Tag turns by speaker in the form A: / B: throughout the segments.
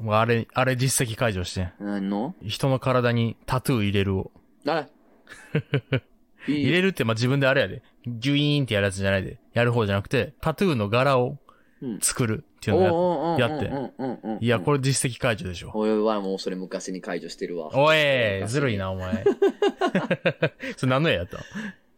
A: もうあれ、あれ実績解除してん。
B: 何の
A: 人の体にタトゥー入れるを。
B: あいい
A: 入れるって、まあ、自分であれやで。ギュイーンってやるやつじゃないで。やる方じゃなくて、タトゥーの柄を
B: うん
A: 作るっていう
B: おう
A: のを
B: おうおうおう
A: ややって
B: うんうんうんうん
A: やいや、これ実績解除でしょ。
B: おいはもうそれ昔に解除してるわ。
A: おい、ずるいな、お前。 それ何の絵やった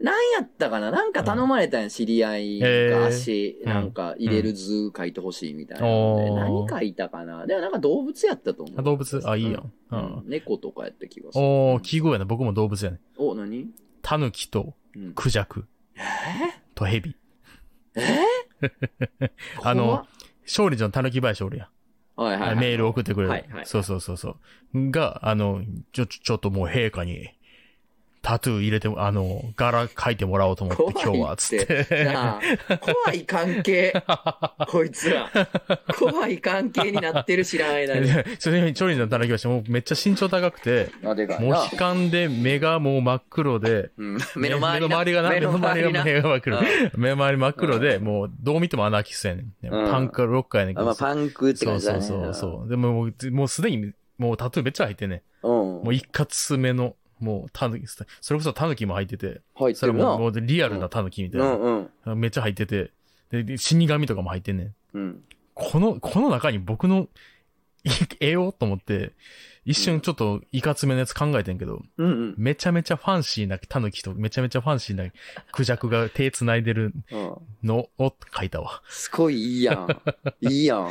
B: なんやったかななんか頼まれたんや、知り合いが足、
A: えー
B: なんか入れる図書いてほしいみたいな
A: うん
B: の
A: おー
B: で。何書いたかなでもなんか動物やったと思う。
A: あ動物あ、いいやん。う
B: うん
A: ん。
B: 猫とかやった気がする。
A: おー、記号やな。僕も動物やね。
B: お、何
A: タヌキと
B: うん
A: クジャク
B: え
A: とヘビ。
B: ー、えー
A: あの
B: 怖っ
A: 勝利じゃん、タヌキ林おるやん。
B: はいはいはい、
A: メール送ってくれる。
B: はいはい
A: そうそうそうそう。が、あの、ちょ、ちょちょっともう陛下に、タトゥー入れても、あの、柄書いてもらおうと思って、今日は、つっ
B: 怖いって
A: て。
B: なあ怖い関係。 こいつら。怖い関係になってる知らん 間に。
A: それに、チョリンのたらきはし、もうめっちゃ身長高く て、
B: あ、でかい
A: モ
B: な。
A: ヒカンで目がもう真っ黒で、
B: うん目の周
A: 目
B: り
A: の周りがな、目の周りが目が真っ黒。目の周り真っ黒で、もう、どう見てもアナーキストやねん。
B: うん
A: パンクロッカーやねんけ
B: あ、ま
A: ど。
B: あ、パンクって
A: そ
B: 感
A: う
B: じだ
A: そう
B: ね。
A: そうそう。でももう、もうすでに、もうタトゥーめっちゃ入ってんねん。
B: うん。
A: もう一括目の、もうタヌキ、それこそタヌキも入ってて、
B: 入って
A: それ
B: るな。
A: もも
B: う
A: うリアルなタヌキみたい
B: ん
A: な、
B: うん。
A: めっちゃ入ってて、で、で死神とかも入ってんねん。
B: うん。
A: この、この中に僕のい絵をと思って、一瞬ちょっといかつめのやつ考えてんけど、
B: うんうん。
A: めちゃめちゃファンシーなタヌキとめちゃめちゃファンシーなクジャクが手繋いでる
B: うん。
A: のを書いたわ。
B: すごいいいや ん。いいやん。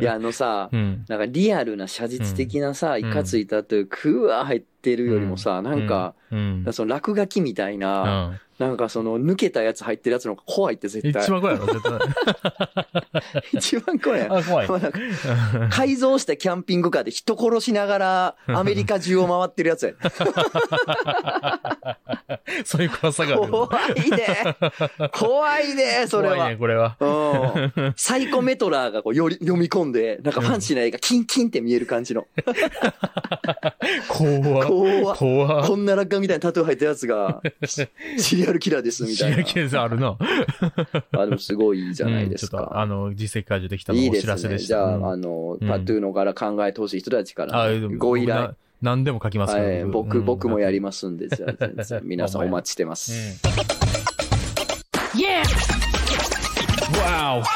B: いや、あのさ
A: う、ん。
B: なんかリアルな写実的なさ、いかついたという、クワー入ってるよりもさ、なんか、
A: うん、
B: その落書きみたいうな、
A: ん。
B: なんかその抜けたやつ入ってるやつの方が怖いって絶対
A: 一。番怖いやろ、絶対。
B: 一番怖いやん。
A: あ、怖い
B: ま。あなんか改造したキャンピングカーで人殺しな がらアメリカ中を回ってるやつや。
A: そういう怖さがある。
B: 怖いね。怖いね、 それ
A: 怖い
B: は
A: ね、。これは。
B: うん。サイコメトラーがこうより読み込んで、なんかファンシーな絵がキンキンって見える感じの。
A: 怖
B: 怖っ
A: 怖
B: こんな落下みたいなタトゥー入ったやつ が、シリアルキラーですみた
A: シ
B: いな
A: リア。ケースあるな。
B: あ、でもすごいいいじゃないです
A: うんちょっと、あ
B: か。
A: の、実績解除できたの
B: いい
A: お
B: で
A: 知ら
B: す
A: せ
B: ね。
A: でし
B: じ
A: た。
B: ゃ
A: うん
B: あ、あの
A: う、ん
B: タトゥーの柄考えてほしい人たちからね、
A: でも
B: ご依
A: 僕
B: 頼
A: な。何でも書きます
B: はい、僕、僕もや
A: り。
B: りますん で、じゃあ全然、皆さんお待ちしてま
A: う
B: す。
A: ん。Wow!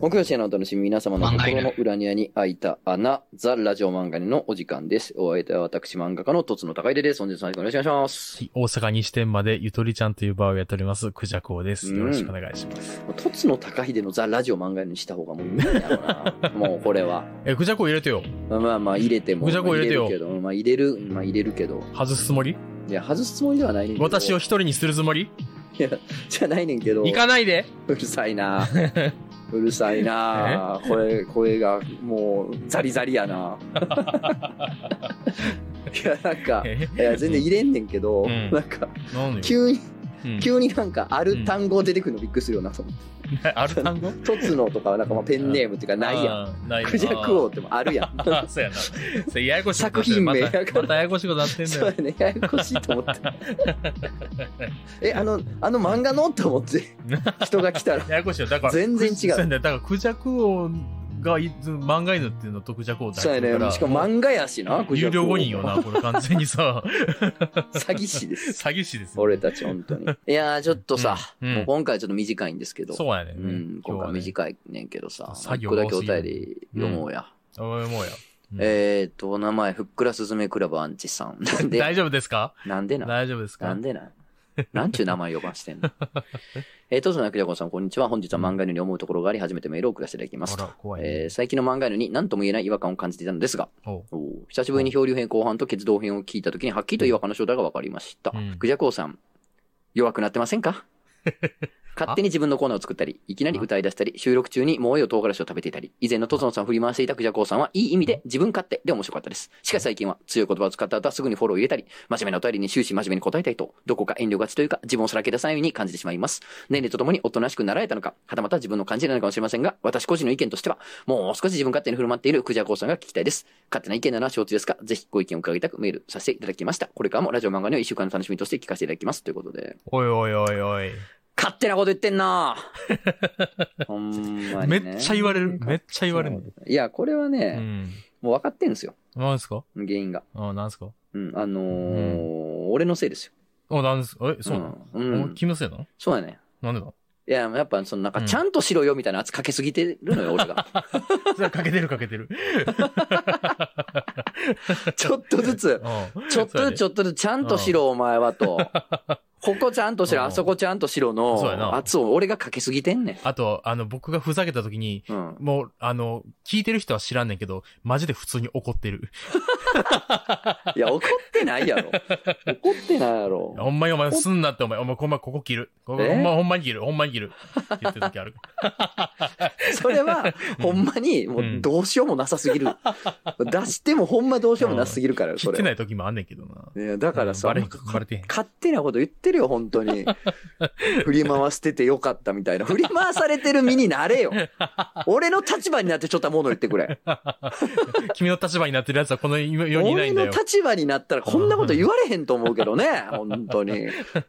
B: 木曜深夜のお楽しみ、皆様の心の裏庭に開いた穴、ザ・ラジオ漫画にのお時間です。お相手は私、漫画家のとつの高出です。本日もよろしくお願いします。
A: 大阪西天までゆとりちゃんというバーをやっております、クジャコウです。よろしくお願いします。
B: とつの高秀のザ・ラジオ漫画にした方がもういいんだろうな。 もうこれは。
A: え、クジャコウ入れてよ。
B: まあまあまあ入れても。
A: ぐちゃぐちゃ入れてよ
B: まあ入るけど、まあ入れる、まあ入れるけど。
A: 外すつもり
B: いや、外すつもりではないねんけど。
A: 私を一人にするつもり
B: いや、じゃないねんけど。
A: 行かないで
B: うるさ いなうるさいな声、声がもうザリザリやな いや、なんか、
A: え
B: いや、全然入れんねんけど、
A: うん
B: なんか、
A: なんでよ
B: 急に、
A: うん
B: 急になんか、ある単語出てくるのびっくりするよな、と思って。
A: ある単語
B: とつのとかはなんかまあペンネームっていうか ないやん。
A: ん。ない
B: クジャク王ってもあるやん。
A: あーそうやな。それややこしいこと
B: 作品名
A: ま
B: やか
A: た
B: ら
A: またややこしいことなってんだ
B: そう
A: よ
B: や。ね、ややこしいと思って。え、あの、あの漫画のって 思って、人が来たら。
A: ややこしいよ。だから、
B: 全然違う
A: そうやねだから、クジャク王がい、漫画犬っていうのとクジャク王だ
B: そうやね、しかも
A: 漫
B: 漫画やしな、クジャ
A: 有
B: ク王
A: 料誤認よな、これ完全に さ、
B: 詐欺師です。
A: 詐欺師ですよ。
B: 俺たち本当に。 いやー、ちょっとさ、
A: うんうん
B: もう今回ちょっと短いんですけど。
A: そうやね。
B: うん、今回
A: い。
B: 短いねんけどさ、
A: 作
B: 一
A: 業
B: 個
A: が
B: だ
A: 多
B: けお
A: すぎる
B: 便り読もうや。
A: おいもうや。うん
B: えーっと、お名前、ふっくらすずめクラブアンチさ ん。なん
A: 大
B: で、
A: 丈夫ですか
B: なんでな、
A: 大丈夫です
B: な
A: か
B: ん でな。なんちゅう名前呼ばしてんの。 えー、とつのあきらこさん、こんにちは。本日は漫画犬に思うところがあり、初めてメールを送らせていただきます
A: あら。、怖いね。
B: えー最近の漫画犬に何とも言えない違和感を感じていたのですが、
A: おう
B: おー久しぶりに漂流編後半と決動編を聞いたときにはっきりと違和感の正体が分かりました。
A: うん
B: クジャコウさん、弱くなってませんか勝手に自分のコーナーを作ったり、いきなり歌い出したり、収録中に萌えよ唐辛子を食べていたり、以前のトツノさんを振り回していたクジャコウさんは、いい意味で自分勝手で面白かったです。しかし最近は、強い言葉を使った後はすぐにフォローを入れたり、真面目なお便りに終始真面目に答えたいと、どこか遠慮がちというか、自分をさらけ出さないように感じてしまいます。年齢とともにおとなしくなられたのか、はたまた自分の感じなのかもしれませんが、私個人の意見としては、もう少し自分勝手に振る舞っているクジャコウさんが聞きたいです。勝手な意見なら承知ですが、ぜひご意見を伺いたくメールさせていただきました。これからもラジオ漫画の一週間の楽しみとして聞かせていただきます。ということで。
A: おいおいおいおい。
B: 勝手なこと言って んなほんまに、
A: め
B: ね。
A: っちゃ言われる。めっちゃ言われる。
B: いや、これは
A: う
B: ね、
A: ん。
B: もう分かってんですよ。
A: なんですか
B: 原因が。
A: あなんですか
B: うん、あのー俺のせいですよ。
A: あ、なんですえ、そうなの、
B: うんうん
A: お君のせいなの
B: そうだね。
A: なんでだ
B: いや、やっぱ、その、なんか、
A: うん
B: ちゃんとしろよみたいな圧かけすぎて るのよ、俺が。
A: それはかけてるかけてる。
B: ちょっと ずつ、
A: うん
B: ちょっとずつ、ちょっとずつ、ちゃんとしろ、お前は と。ここちゃんとしろ、
A: うん
B: あそこちゃんとしろ
A: そうやな
B: の圧を俺がかけすぎてんねん。
A: あと、あの、僕がふざけた時に、
B: うん。
A: もう、あの、聞いてる人は知らんねんけど、マジで普通に怒ってる。
B: いや、怒ってないやろ。怒ってないやろ。
A: ほんまにお前すんなってお前、お前、ほんまここ切る。ここ
B: え
A: ほんま、ほんまに切る。ほんまに切る。って言ってる時ある。
B: それは、
A: うん
B: ほんまに、もうどうしようもなさすぎる。出してもほんまどうしようもなさすぎるから、
A: 切
B: そ
A: って
B: れ
A: な
B: は。
A: い時もあんねんけどな。
B: いや、だからさ、
A: うんバレへん
B: もう
A: バレてへん
B: 勝手なこと言ってるよ、本 当に。振り回しててよかったみたいな。振り回されてる身になれよ。俺の立場になってちょっと物言ってくれ。
A: 君の立場になってる奴はこの世にいない
B: 俺
A: んだ
B: の
A: よ。
B: 立場になったらこんなこと言われへんと思うけどね、本当に。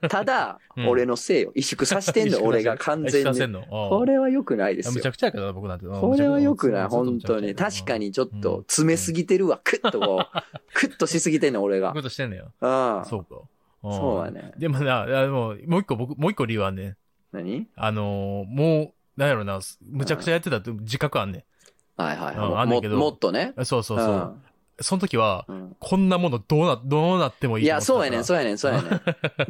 B: ただ
A: う、ん
B: 俺のせいよ。萎縮させて んの、俺が完
A: 一
B: 全
A: 緒にせん
B: に。
A: の。
B: こ
A: こ
B: れは良くないです
A: む
B: よ
A: ちゃ。くちゃやけどな、僕なんて。うん
B: これは良くない、
A: むちゃくちゃ
B: 本当に。確か。にちょっ
A: う
B: と
A: ん
B: 詰めすぎてるわ、クッとこ う、クッとしすぎてんねん、俺
A: そう
B: が
A: いう。ことしてんのよ。
B: うん。
A: そうか。ん
B: そうやね
A: でもな、でも、もう一個、僕、もう一個理由はね、
B: 何
A: あのー、もう、なんやろな、むちゃくちゃやってたって自覚あんね
B: はいはい
A: うんあ
B: はい。
A: んね
B: も
A: んけど
B: もっとね。
A: ん。そうそうそう。その時は、
B: うんうん
A: こんなものどうな、どうなってもいい
B: い
A: と
B: や、
A: 思ってた
B: そう
A: から
B: やねん、そうやねん、そうやね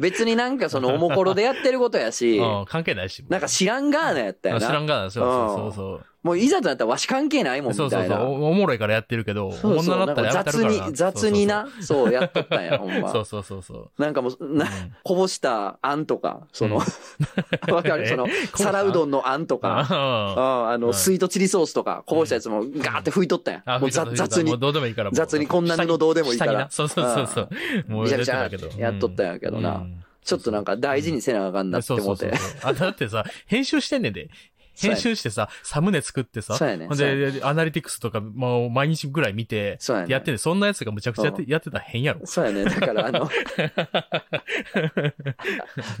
B: ん。別になんかそのおもころでやってることやし、
A: うん、関係ないし。
B: なんか知らんがーなやったよ
A: 知ら
B: な。
A: んがな、そう
B: う
A: そ
B: ん
A: うそう。
B: もういざとなったらわし関係ないもん、
A: そう
B: み
A: そ
B: た
A: う
B: い
A: そう。
B: な。
A: おおもろいからやってるけど、こんななったらや
B: なん
A: めた
B: か雑
A: るからな
B: に、雑に。な、そう、やっとった んや、ほん
A: そ
B: ま
A: う。そうそうそう。
B: なんかもう、
A: そう
B: な、こぼしたあんとか、その、 わかる その、皿うど
A: ん
B: んのあんとか。
A: か。
B: あああの、
A: うん
B: スイートチリソースとか、こぼしたやつもガーって拭いとったやん。もう雑雑
A: もう
B: に、
A: どうでもいいから。もう
B: 雑にこんな布どうでもいいか
A: 下
B: ら
A: になそうそうそうそう。もう
B: びちゃびち
A: や
B: ゃ
A: ってたけど
B: やっとったんやけど
A: う。
B: なんちょっとなんか大事にせなあかんなって
A: そう
B: 思
A: そう
B: っ
A: そう
B: て。。
A: あ、だってさ、編集してんねんで。編集してさ、サムネ作ってさ、
B: そうやね
A: ほん
B: そう
A: で、アナリティクスとか、もう毎日ぐらい見て、
B: そうやね
A: やってんねんそんなやつがむちゃくちゃやってやってたら変やろ。
B: そうやね。だか らあの、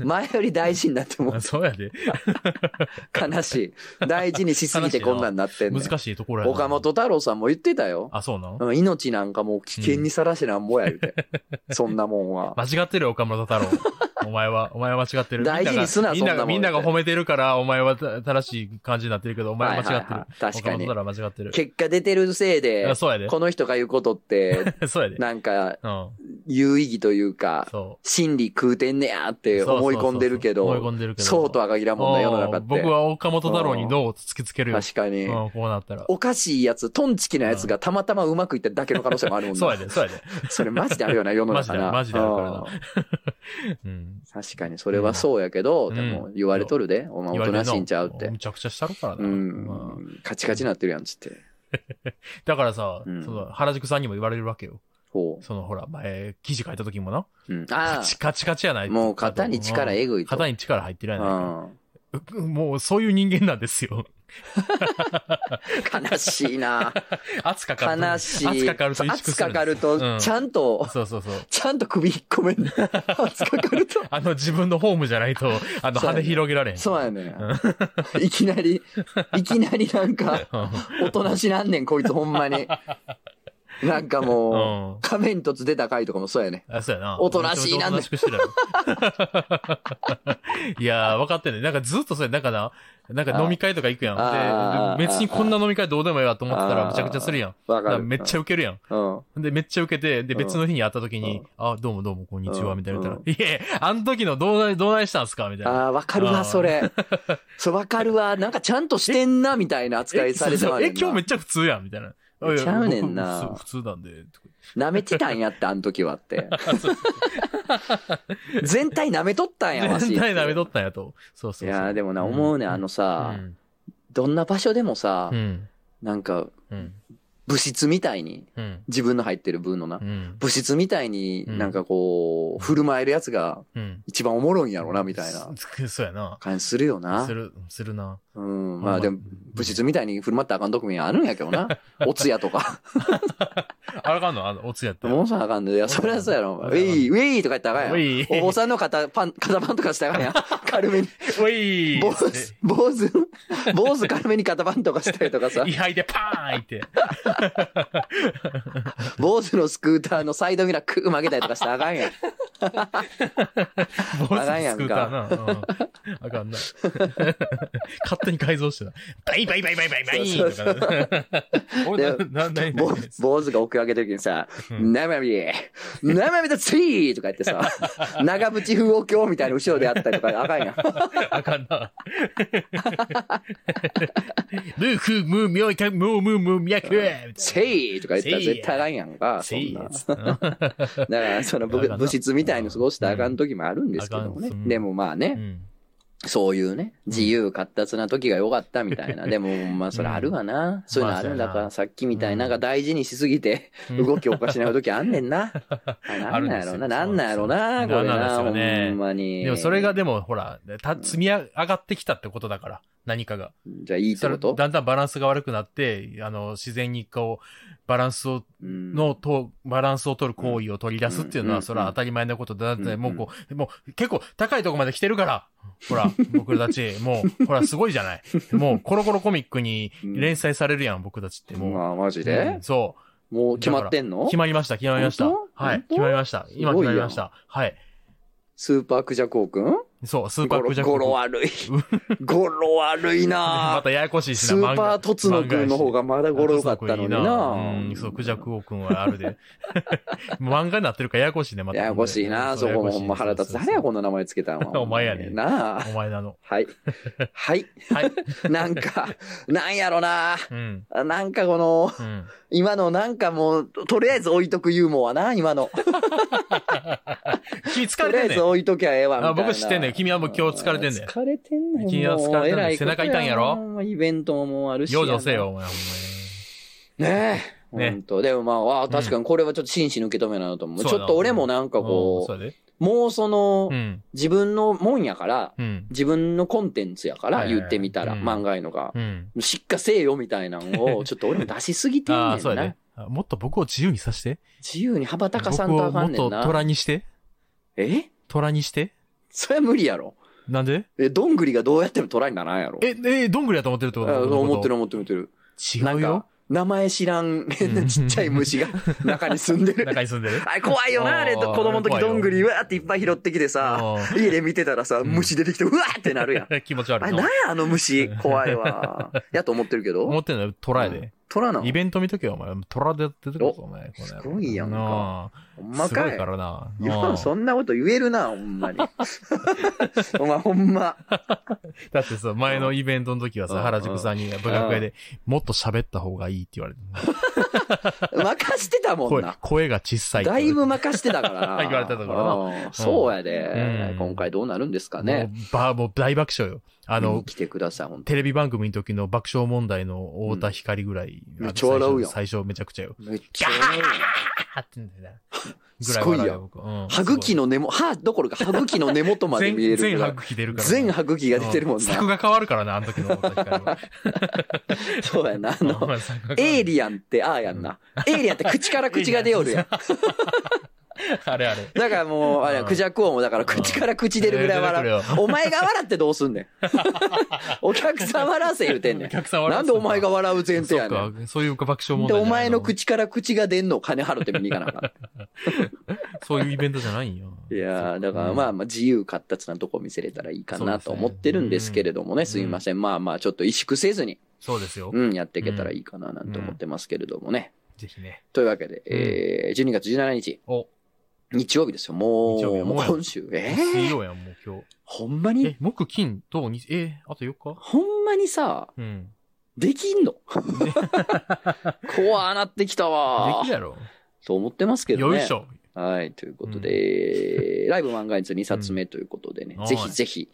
B: 前より大事になっても
A: あそうやで。
B: 悲しい。大事にしすぎてこんなんなってんねん。
A: 難しいところやな
B: 岡本太郎さんも言ってたよ。
A: あ、そうなん
B: うん命なんかもう危険にさらしてなんぼや言うて。そんなも んは。
A: 間違ってるよ、岡本太郎。 お前は、お前は間違ってる。
B: 大事にすな
A: みんな
B: そんな
A: が、
B: もん
A: みんながみんなが褒めてるから、お前はた正しい感じになってるけど、お前は間違って
B: はいはい
A: る
B: は。い確かに
A: 岡本太郎は間違ってる。
B: 結果出てるせいで
A: あ、そうやで。
B: この人が言うことって、
A: そうやで。
B: なんか
A: うん。
B: 有意義というか、
A: そ
B: 心理食うてんねやって
A: う。
B: 思い込んでるけ
A: 思い込
B: ど、
A: んでるけど。
B: そうとは限らんもんな、世の中
A: うん僕
B: っ
A: は岡本太郎に脳を突きつける
B: て。
A: よ。
B: 確かに。
A: うん、こうなったら。
B: おかしいやつ、トンチキなやつがたまたまうまくいっただけの可能性もあるもんな。
A: そうやで、そうやで。
B: それマジであるよな、世の中な。
A: マジでマジであるからな
B: う
A: う
B: ん
A: ん。
B: 確かに、それはそうやけど、
A: うん
B: でも言われとるで、お前
A: 言
B: お
A: わ
B: と
A: れ
B: な
A: て
B: しいんちゃうって。
A: むちゃくちゃしたるから
B: う
A: な。うん
B: ん。カチカチなってるやん、つって。
A: だからさ、
B: うん
A: その原宿さんにも言われるわけよ。
B: ほ
A: そのほら、前、記事書いた時もな。
B: う。うん
A: カ
B: あ
A: チカチカチやな
B: あ、
A: い
B: もう肩に力えぐいと。
A: 肩に力入ってるやないか。
B: うん。
A: うもうそういう人間なんですよ。
B: 悲しいな。
A: 圧かかると。
B: 悲しい。
A: 圧かかると萎縮する
B: 圧かかる
A: う
B: と、
A: ん
B: ちゃんと、
A: そうそうそう。
B: ちゃんと首引っ込 めんね。圧かかると。
A: あの自分のホームじゃないと、あの
B: そうや
A: 羽
B: ね
A: 広げられへん。
B: そうやね。いきな り、いきなりなんか、
A: うん。
B: おとなしなんねん、こいつほんまに。なんか
A: う
B: もう、
A: ん。
B: 仮面凸出た回とかもそうやね。
A: あ、そうやな。
B: おとなしい
A: めちゃ
B: な
A: めちゃおとなしくしてるやろいやー、分かってんね。 なんかずっとそれ、なんかな、なんか飲み会とか行くや
B: あ
A: ん。
B: ー
A: で、別にこんな飲み会どうでもええわと思ってた
B: あ
A: ら
B: ー
A: むちゃくちゃするやん。
B: わ
A: だか
B: からる。
A: めっちゃウケるやん。
B: うん。うん
A: で、めっちゃ受けて、で、
B: うん
A: 別の日に会った時に
B: うん、
A: あ、どうもどうも、こんにち
B: う
A: は、
B: ん
A: みたいな言ったら、いやいや、あの時のどうな、どうないしたんすかみたいな。
B: ああー、わかる
A: あ
B: わ、
A: ー
B: それ。そう、わかるわ。なんかちゃんとしてんな、みたいな扱いされて
A: そう
B: ま
A: そう
B: うね
A: え、
B: ん
A: 今日め
B: な
A: っちゃ普通やん、みたいな。あいや
B: ちゃうねんな
A: 僕普通普通なんで、とか
B: 舐めてたんやって、あの時はって。
A: 言って
B: 全体舐めとったんや、わし。
A: 全体舐めとったんやと。そうそうそう。
B: いやーでもな、思うね、あのさ、
A: うん
B: どんな場所でもさ、
A: うん。
B: なんか、
A: うん。
B: 物質みたいに、
A: うん。
B: 自分の入ってる分のな
A: う、ん。
B: 物質みたいに
A: うん
B: なんかこう、振る舞えるやつが
A: うん。
B: 一番おもろいんやろな、みたいな
A: すそうやな。
B: 感じするよな
A: す。る、するな。
B: うん、まあでも、物質みたいに振る舞ったらあかんとこにあるんやけど な。おつやとか。
A: あらかんのあの、おつやったら。
B: もうさあかんで、いや、そりゃそう やろ、お前ウェイ、ウェイとか言ったらあかんやん。
A: い
B: お坊さんの肩パン、 肩パンとかしたらあかんや ん。軽めに。
A: おい
B: 坊主、坊主、坊主軽めに肩パンとかしたりとかさ
A: 位、牌でパーンって。
B: 坊主のスクーターのサイドミラークー曲げたりとかしたらあかんやん。
A: 坊主
B: あかんやんか
A: スクーターな。うんあかんな。 勝手に改造してな。バイバイバイバイバイバイ
B: そうそう
A: とかな。 俺
B: で
A: な、な、な、な、
B: 坊坊主が奥上げた時にさ、
A: うん
B: 生身、生身だついとか言っ てさ、長渕風お経みたいな後ろであったりとか、あかんやん。
A: あかんな。 ルーフ、ムー、ミョイタ、ムー、ムー、ムー、ミャク。
B: せいとか言ったら絶対あかんやんか、そ
A: せ
B: ん
A: い
B: な。
A: うん
B: だから、その
A: あ
B: 部
A: かんな
B: 部室みたいに過ごしたらあかん時もあるんですけどもね
A: うんあかんう。ん
B: でもまあ
A: う
B: ね、
A: ん
B: そういうね、自由闊達な時が良かったみた いな。でも、まあそれあるわな。そういうのあるんだか
A: ま
B: ら、
A: あ
B: さっきみたいに
A: うん
B: なんか大事にしすぎて、動きおかしな時あんね んな。あな
A: あ
B: ん
A: るん
B: な
A: で
B: んや
A: す
B: ろ
A: よ
B: な、なんなんやろな、これな、
A: そ
B: ほ
A: うなんですよね
B: んまに。
A: でもそれがでもほら、た積み上がってきたってことだから、何かが。
B: じゃあいいって
A: そ
B: こ
A: れ
B: と
A: だんだんバランスが悪くなって、あの、自然にこう、バランスを、
B: うん
A: のと、バランスを取る行為を取り出すっていうの
B: うん
A: は、それは当たり前のことだ。だって、
B: うん
A: もうこう、もう結構高いとこまで来てるから、ほら、僕たち、もう、ほら、すごいじゃない。もう、コロコロコミックに連載されるやん、僕たちってもう。
B: まあ、マジ
A: う
B: で
A: んそ
B: もう決まってんの
A: う。決まりました、決まりました
B: 本。当
A: はい。
B: 本当
A: 決まりました。今
B: すご
A: 決
B: いや
A: ま
B: ん
A: りました。はい。
B: スーパークジャコウくん
A: そう、スーパ
B: ゴ
A: ークジャ
B: ロ
A: ク
B: ゴロ悪い。ゴロ悪いな
A: またややこしいし
B: ス
A: な、
B: ーパ
A: 漫
B: ートツノくんの方がまだ
A: 画
B: ゴロ良かったのに
A: う、
B: なん
A: そう、クジャクオ君はある で。漫画になってるからややこしいね、また。
B: ややこしいなそこもほんま腹立つ。誰やこんな名前つけた の
A: お前やね
B: なあ
A: お前なの。
B: はい。はい。
A: はい。
B: なんか、なんやろな
A: うん。
B: なんかこの、
A: うん。
B: 今のなんかもう、とりあえず置いとくユーモアな、今の。
A: 気疲
B: と
A: れ
B: り
A: て
B: あえ
A: んね
B: ず
A: ん。
B: 置いときゃええわ、みたいな。
A: あ僕知ってんねん君はもう今日疲れてんねん
B: 疲れてんねん。
A: 君は疲れてんねん
B: もうえらこと
A: 背中痛いんやろ
B: もうイベントももうあるし。
A: 養生せよ、。お前。
B: ねえ。
A: ね
B: 本当でもまあ、ああ確かにこれはちょっと真摯に受け止めなと思う。
A: そう
B: ち
A: やな
B: ょっと俺もなんか
A: お前。うん
B: こ
A: そうやで。
B: う、もうその
A: う、ん。
B: 自分のもんやから、
A: うん。
B: 自分のコンテンツやか
A: は
B: ら
A: いはいはい
B: 言ってみたら、
A: うん
B: 漫画やのが
A: う。ん。
B: しっかせえよみたいなのを、ちょっと俺も出しすぎてん
A: あ
B: ね
A: あ、そうんや
B: な
A: で。。あもっと僕を自由にさして。
B: 自由に羽ばたか
A: 僕
B: さんと
A: を
B: あ
A: も
B: か
A: っ
B: んねん
A: と
B: な。
A: 虎にして。
B: え
A: 虎にして。
B: それは無理やろ。
A: なんで
B: え、どんぐりがどうやっても虎にならんやろ。
A: え、え、どんぐりやと思ってるって
B: あ
A: こと
B: 思ってる思ってる思ってる。な
A: 違うん
B: か
A: よ。、
B: 名前知らん変なちっちゃい虫が 中に住んでる。
A: 中に住んでる。
B: あれ怖いよな、あれ、
A: あ
B: 子
A: ー
B: 供の時
A: 怖いよ
B: どんぐりうわーっていっぱい拾ってきてさ、
A: う
B: 家で見てたらさ、
A: ん
B: 虫出てきて、うわーってなるやん。
A: ん気持ち悪
B: あ
A: い
B: れ、なん
A: な
B: や、あの虫。怖いわ。やと思ってるけ
A: 思
B: ど。
A: ってんのよ、虎やで。
B: 虎なの
A: イベント見とけよ、お前。虎でやってるぞ、お前。
B: すごいやんか
A: か。
B: ほん
A: うん
B: ます
A: ご
B: か
A: い
B: い
A: か。らな。
B: いや
A: うん
B: そんなこと言えるな、ほ んまに。お前、ほんま。
A: だってさ、前のイベントの時は
B: う
A: さ、
B: ん
A: 原宿さんに部学会で、もっと喋った方がいいって言われて。
B: 任してたもん
A: 声
B: な、。
A: 声が小さいって
B: だ
A: 言われ
B: い
A: て。
B: ぶ任してたからな
A: 言われてたからな
B: うんそうやで
A: う。ん
B: 今回どうなるんですかね。
A: もう、ば、もう大爆笑よ。あ
B: 見に
A: の、
B: 来てください、ほんと。
A: テレビ番組の時の爆笑問題の太田光ぐらい。
B: うんめっちゃ笑うやん
A: 最初最初めちゃくちゃよ。
B: めっちゃ。
A: あってんだよな。
B: すごいやん
A: よ僕うん
B: 歯茎の根も、歯どころか歯茎の根元まで見え
A: 全、全
B: るぐら
A: 歯
B: い。
A: 茎出るから。
B: 全歯茎が出てるもん
A: う作
B: な。
A: が変わるからな、あの時の太田光は。
B: そうやな。あの、エイ
A: リ
B: リアンってああやんな。エイリアンって口から口が出よるやん。
A: あれあれ。
B: だからもう、あれや、
A: うん
B: クジャク王もだから口から口出るぐらい笑う
A: 出て。
B: お前が笑ってどうす んねん。お客さん笑わせ言うてん
A: お
B: ねん。
A: 客さん笑
B: な
A: わ
B: ん
A: せ
B: でお前が
A: そう
B: 笑う前提やねん。
A: か、そういう爆笑問
B: で、
A: 題。
B: お前の。口から口が出んのを金払って見に行かなあかっ
A: そういうイベントじゃないよ。
B: た。いやーだからまあまあ自由活達なとこ見せれたらいいかなと
A: そうですね
B: 思ってるんですけれどもね、すいません。まあまあちょっと萎縮せずに、
A: そうですよ。
B: うん、やっていけたらいいかななんて思ってますけれどもね。
A: ぜひね。
B: というわけで、えー、12月17日、
A: お、
B: 日曜日ですよ。も
A: 日曜日
B: う、
A: やも
B: もう
A: うや
B: 今週。え
A: 水
B: ー、
A: 曜やん、もう今
B: ほんま
A: 日。
B: に
A: え、木、金、土、日、え、あと4日
B: ほんまにさ、
A: うん。
B: で きんの怖なってきた
A: で
B: わ
A: きるやろ。
B: と思ってますけどね。
A: よいしょ。
B: はい、ということで、ライブ漫画について2冊目ということでね、
A: うん
B: ぜひぜひ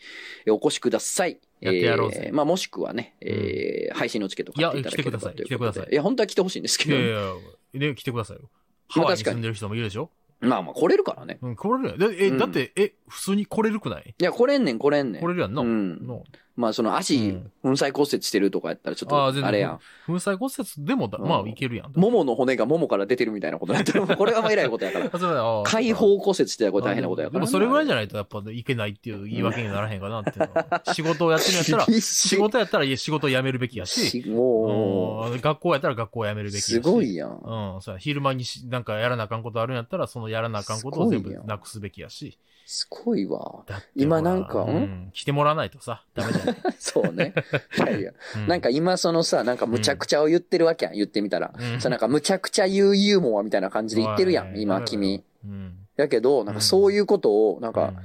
B: えお越しください。
A: やってやろうぜ
B: えーまあ、もしくはね、えー配信のチケット買っていただければ
A: いや来てください
B: ということ
A: 来
B: で
A: てください
B: いや、本当は来てほしいんですけ
A: い
B: ど、
A: やいや、で、来てくださいよ。ハ
B: まあ
A: ワイに
B: 確か
A: 住
B: に
A: んでる人もいるでしょ
B: まあまあ、来れるからね。
A: うん、来れるやん。でえ、
B: うん
A: だって、え、普通に来れるくない
B: いや、来れんねん、来れんねん。
A: 来れるやんな。
B: うん。
A: の
B: まあ、その
A: う
B: 足
A: ん、
B: 粉砕骨折してるとかやったら、ちょっ
A: あー全
B: と、
A: 然
B: あれやん。
A: 粉砕骨折でもだ、
B: うん
A: まあ、いけるやん。
B: ももの骨がももから出てるみたいなことだった ら、もうこれはまあ、えらいことやから。
A: あ、そうだよ。
B: 解放骨折してたらこれ大変なことやか
A: で
B: らな。
A: もそれぐらいじゃないとやっぱいけないっていう言い訳にならへんかなっていうのは仕事をやってるんやったら、
B: 厳しい
A: 仕事やったらいや仕事を辞めるべきやし、
B: しも
A: うん学校やったら学校を辞めるべ
B: う、
A: きやし。
B: すごいやん。
A: うん、そうや昼間にしなんかやらなあかんことあるんやったら、そのやらなあかんことを全部なくすべきやし。
B: すごい わ。
A: だって
B: 今
A: ほら
B: なんか
A: うんん、来てもらわないとさ、ダメじゃない。
B: そうね。 いやいや。
A: う
B: なんか、今そのさ、なんかむちゃくちゃを言ってるわけやん、言ってみたら。
A: うん
B: さ、なんかむちゃくちゃ言うユーモアみたいな感じで言ってるや
A: お
B: ん、
A: い
B: 今
A: ダメだよ
B: 君。
A: うん。
B: だけど、なんかそういうことを、なん
A: う
B: か
A: ん、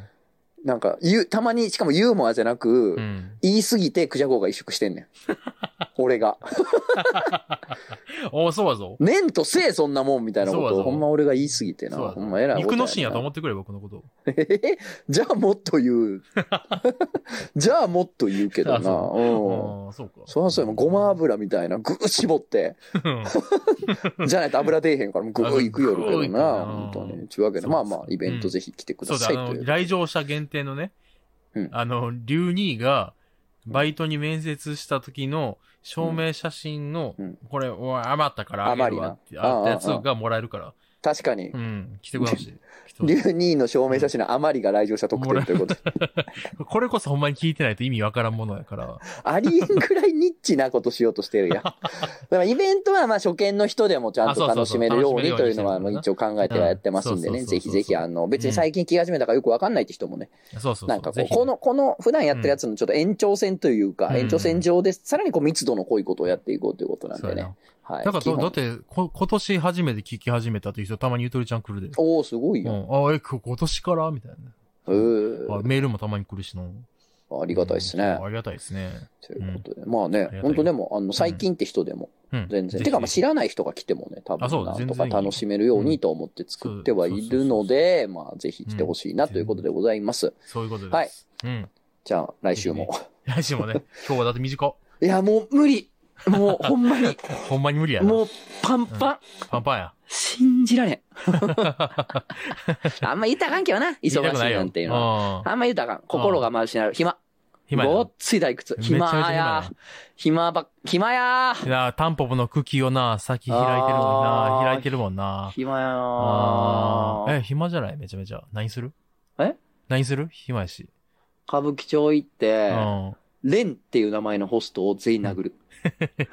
B: なんか言う、たまに、しかもユーモアじゃなく、
A: うん。
B: 言いすぎてクジャゴが萎縮してんね ん。俺が。
A: おそうやぞ。
B: 念とせえ、そんなもんみたいなこ
A: そうや
B: とを。
A: ぞ
B: ほんま俺が言いすぎてな。
A: そうやぞ
B: ほんま偉いこと
A: 肉
B: やな
A: の芯やと思ってくれ、僕のことを。
B: えじゃあもっと言う。 じゃあもっと言うけど
A: あ
B: な。
A: そ
B: うん。
A: ああ、そうか。
B: そりゃそうやもん、ごま油みたいな、ぐー絞って、
A: うん。
B: じゃないと油出えへんから、もうぐーいくよるけど
A: あそ
B: な、
A: う
B: 本
A: ぐーいく
B: 当
A: な
B: に。ちゅうわけで、
A: そう
B: まあ
A: そう
B: まあ、イベントぜひ来てく
A: そ
B: だ
A: うだ、
B: さ
A: あ
B: いとい
A: の、
B: う。
A: 来場者限定のね、
B: うん
A: あの、竜兄が、バイトに面接した時の証明写真の、
B: うん
A: これ、おい余ったからあげるわって
B: 余りな
A: あったやつ
B: ああああ
A: がもらえるから、
B: 確かに
A: う、ん、来てください。来てほし
B: 竜
A: い
B: 2の証明写真の余りが来場者特典ということで。
A: これこそほんまに聞いてないと意味わからんものやから、
B: ありえんぐらいニッチなことしようとしてるや ん。だからイベントはまあ初見の人でもちゃんと楽しめるようにというのはもう一応考えてはやってますんで
A: う
B: ね、
A: んそうそうそうそう
B: ぜひぜひあの、別に最近聞き始めたからよくわかんないって人もね、
A: そうそうそう。
B: なんかこ
A: ぜ
B: う、
A: ひ
B: こ、の、この普段やってるやつのちょっと延長線という
A: う
B: か、
A: ん
B: 延長線上でさらにこう密度の濃いことをやっていこうということなん
A: そう
B: で
A: や
B: ね
A: な。。
B: はい。
A: だから
B: 基
A: ど、
B: 本
A: だってこ、今年初めて聞き始めたという人、たまにゆとりちゃん来るで。
B: おおすごいうよ。
A: ん。あ、え、今今年からみたい
B: うん
A: な。あメールもたまに来るしの。
B: ありがたいです
A: うん
B: ね
A: そう。ありがたいですね。
B: ということで。まあね
A: ありがた、い
B: 本当でも、あの、最近って人でも
A: うん。
B: 全
A: ぜ
B: 然。
A: ひ
B: てか、まあ知らない人が来てもね、多
A: あそう
B: 分なんと
A: 全
B: か
A: 然いい
B: 楽しめるようにと思って作ってはいるので、まあぜひ来てほしいなということでございます。
A: そういうことです。
B: はい
A: うん。
B: じゃあ、来週も。
A: 来週もね、今日はだって短っ。
B: いや、もう無理もうほん まに、
A: ほんまに無理やな。
B: もうパンパン
A: パンパンや。
B: 信じら れん。あんま言ったらあかんけどな、忙し
A: 言
B: い
A: たくよ
B: なんていうのは。
A: うん。
B: あんま言ったらあかん。心が回るしなる。暇。
A: 暇や
B: ご
A: な
B: っ。つい退屈。
A: めちゃめちゃ
B: 暇や。暇ばっ、暇や。
A: いや、タンポポの茎をな、先開いてるもん
B: あ
A: な。
B: ー
A: 開いてるもんな。
B: 暇や
A: あーえ、
B: ー。
A: 暇じゃないめちゃめちゃ。何する
B: え
A: 何する暇やし。
B: 歌舞伎町行って
A: う、ん。
B: レンっていう名前のホストを全員殴る。。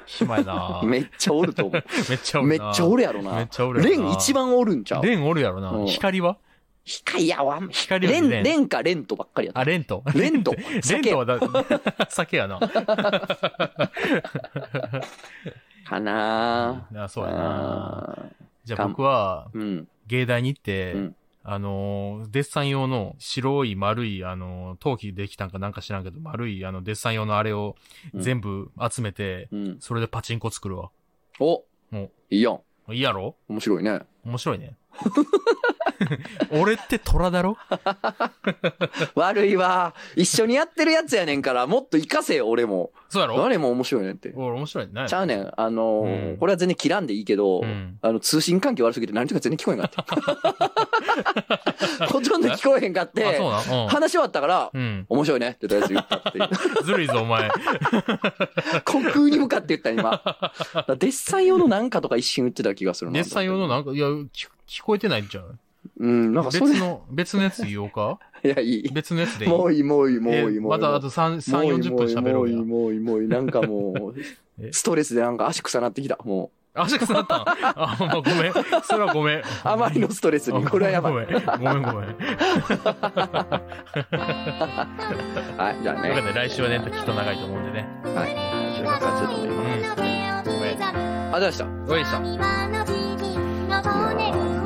A: 暇やな
B: めっちゃおると 思
A: めっちゃ
B: う。
A: おる
B: めっ
A: な。
B: ちゃおるやろ
A: めっ
B: な。
A: ちゃおる
B: レ
A: やろな。
B: ン一番おるんちゃう
A: レンおるやろな
B: う。ん
A: 光は
B: ひかいやわん。
A: 光よ
B: レ
A: り
B: ン、
A: レン
B: レンかレントばっかりやった
A: あ、。レント。
B: レン ト
A: レン
B: 酒
A: トはだ、酒やな。
B: かな
A: なそ
B: ぁ
A: うやな。
B: あ
A: じゃあ僕は
B: ー、うん。
A: 芸大に行って、
B: うん
A: あのー、デッサン用の白い丸い、あのー、陶器できたんかなんか知らんけど、丸い、あの、デッサン用のあれを
B: うん
A: 全部集めて、
B: うん。
A: それでパチンコ作るわ。
B: お
A: お
B: いいやん。
A: いいやろ
B: 面白 いね。
A: 面白い ね。俺って虎だろ
B: 悪いわ。一緒にやってるやつやねんから、もっと活かせよ、俺も。
A: そうやろ
B: 誰も面白いねんって。
A: 俺面白いね。
B: ちゃうねん。あのー
A: うん
B: これは全然切らんでいいけど、
A: うん
B: あの、通信環境悪すぎて何とか全然聞こえんか った。ほとんど聞こえへんかっ
A: あ、
B: て、
A: そうなんうん
B: 話終わったから、
A: うん。
B: 面白いねってとりあえず言った っていう。
A: ずるいぞ、お 前。
B: 虚空に向かって言った今。だからデッサン用のなんかとか一瞬言ってた気がするな。
A: デッサン用のなんか、いや、聞聞こえてないんちゃう
B: うん、なんかそ
A: 別
B: れ、
A: の、別のやつ言おうか
B: いや、 いい。
A: 別のやつでいい
B: もういい、もういい、もういい、もうい
A: え
B: い。
A: またあと3、3 40分喋ろうや
B: も。ういい、もういい、もういい、もういいなんかも
A: え
B: う、ストレスでなんか足臭なってきた。も
A: 足臭なったんあ、まあ、ごめん。それはごめん。
B: う、あまりのストレスに、これは やばい。
A: ご
B: は
A: めん、ごめん、ごめん。
B: い、じゃあ
A: ということ
B: ね。
A: で、来週はね、きっと長いと思うんでね。
B: はい。
A: 来週
B: は
A: は
B: ちょっと思いま
A: う
B: す
A: ん。ごめん。
B: あ、どうでした
A: どうでした
B: いやー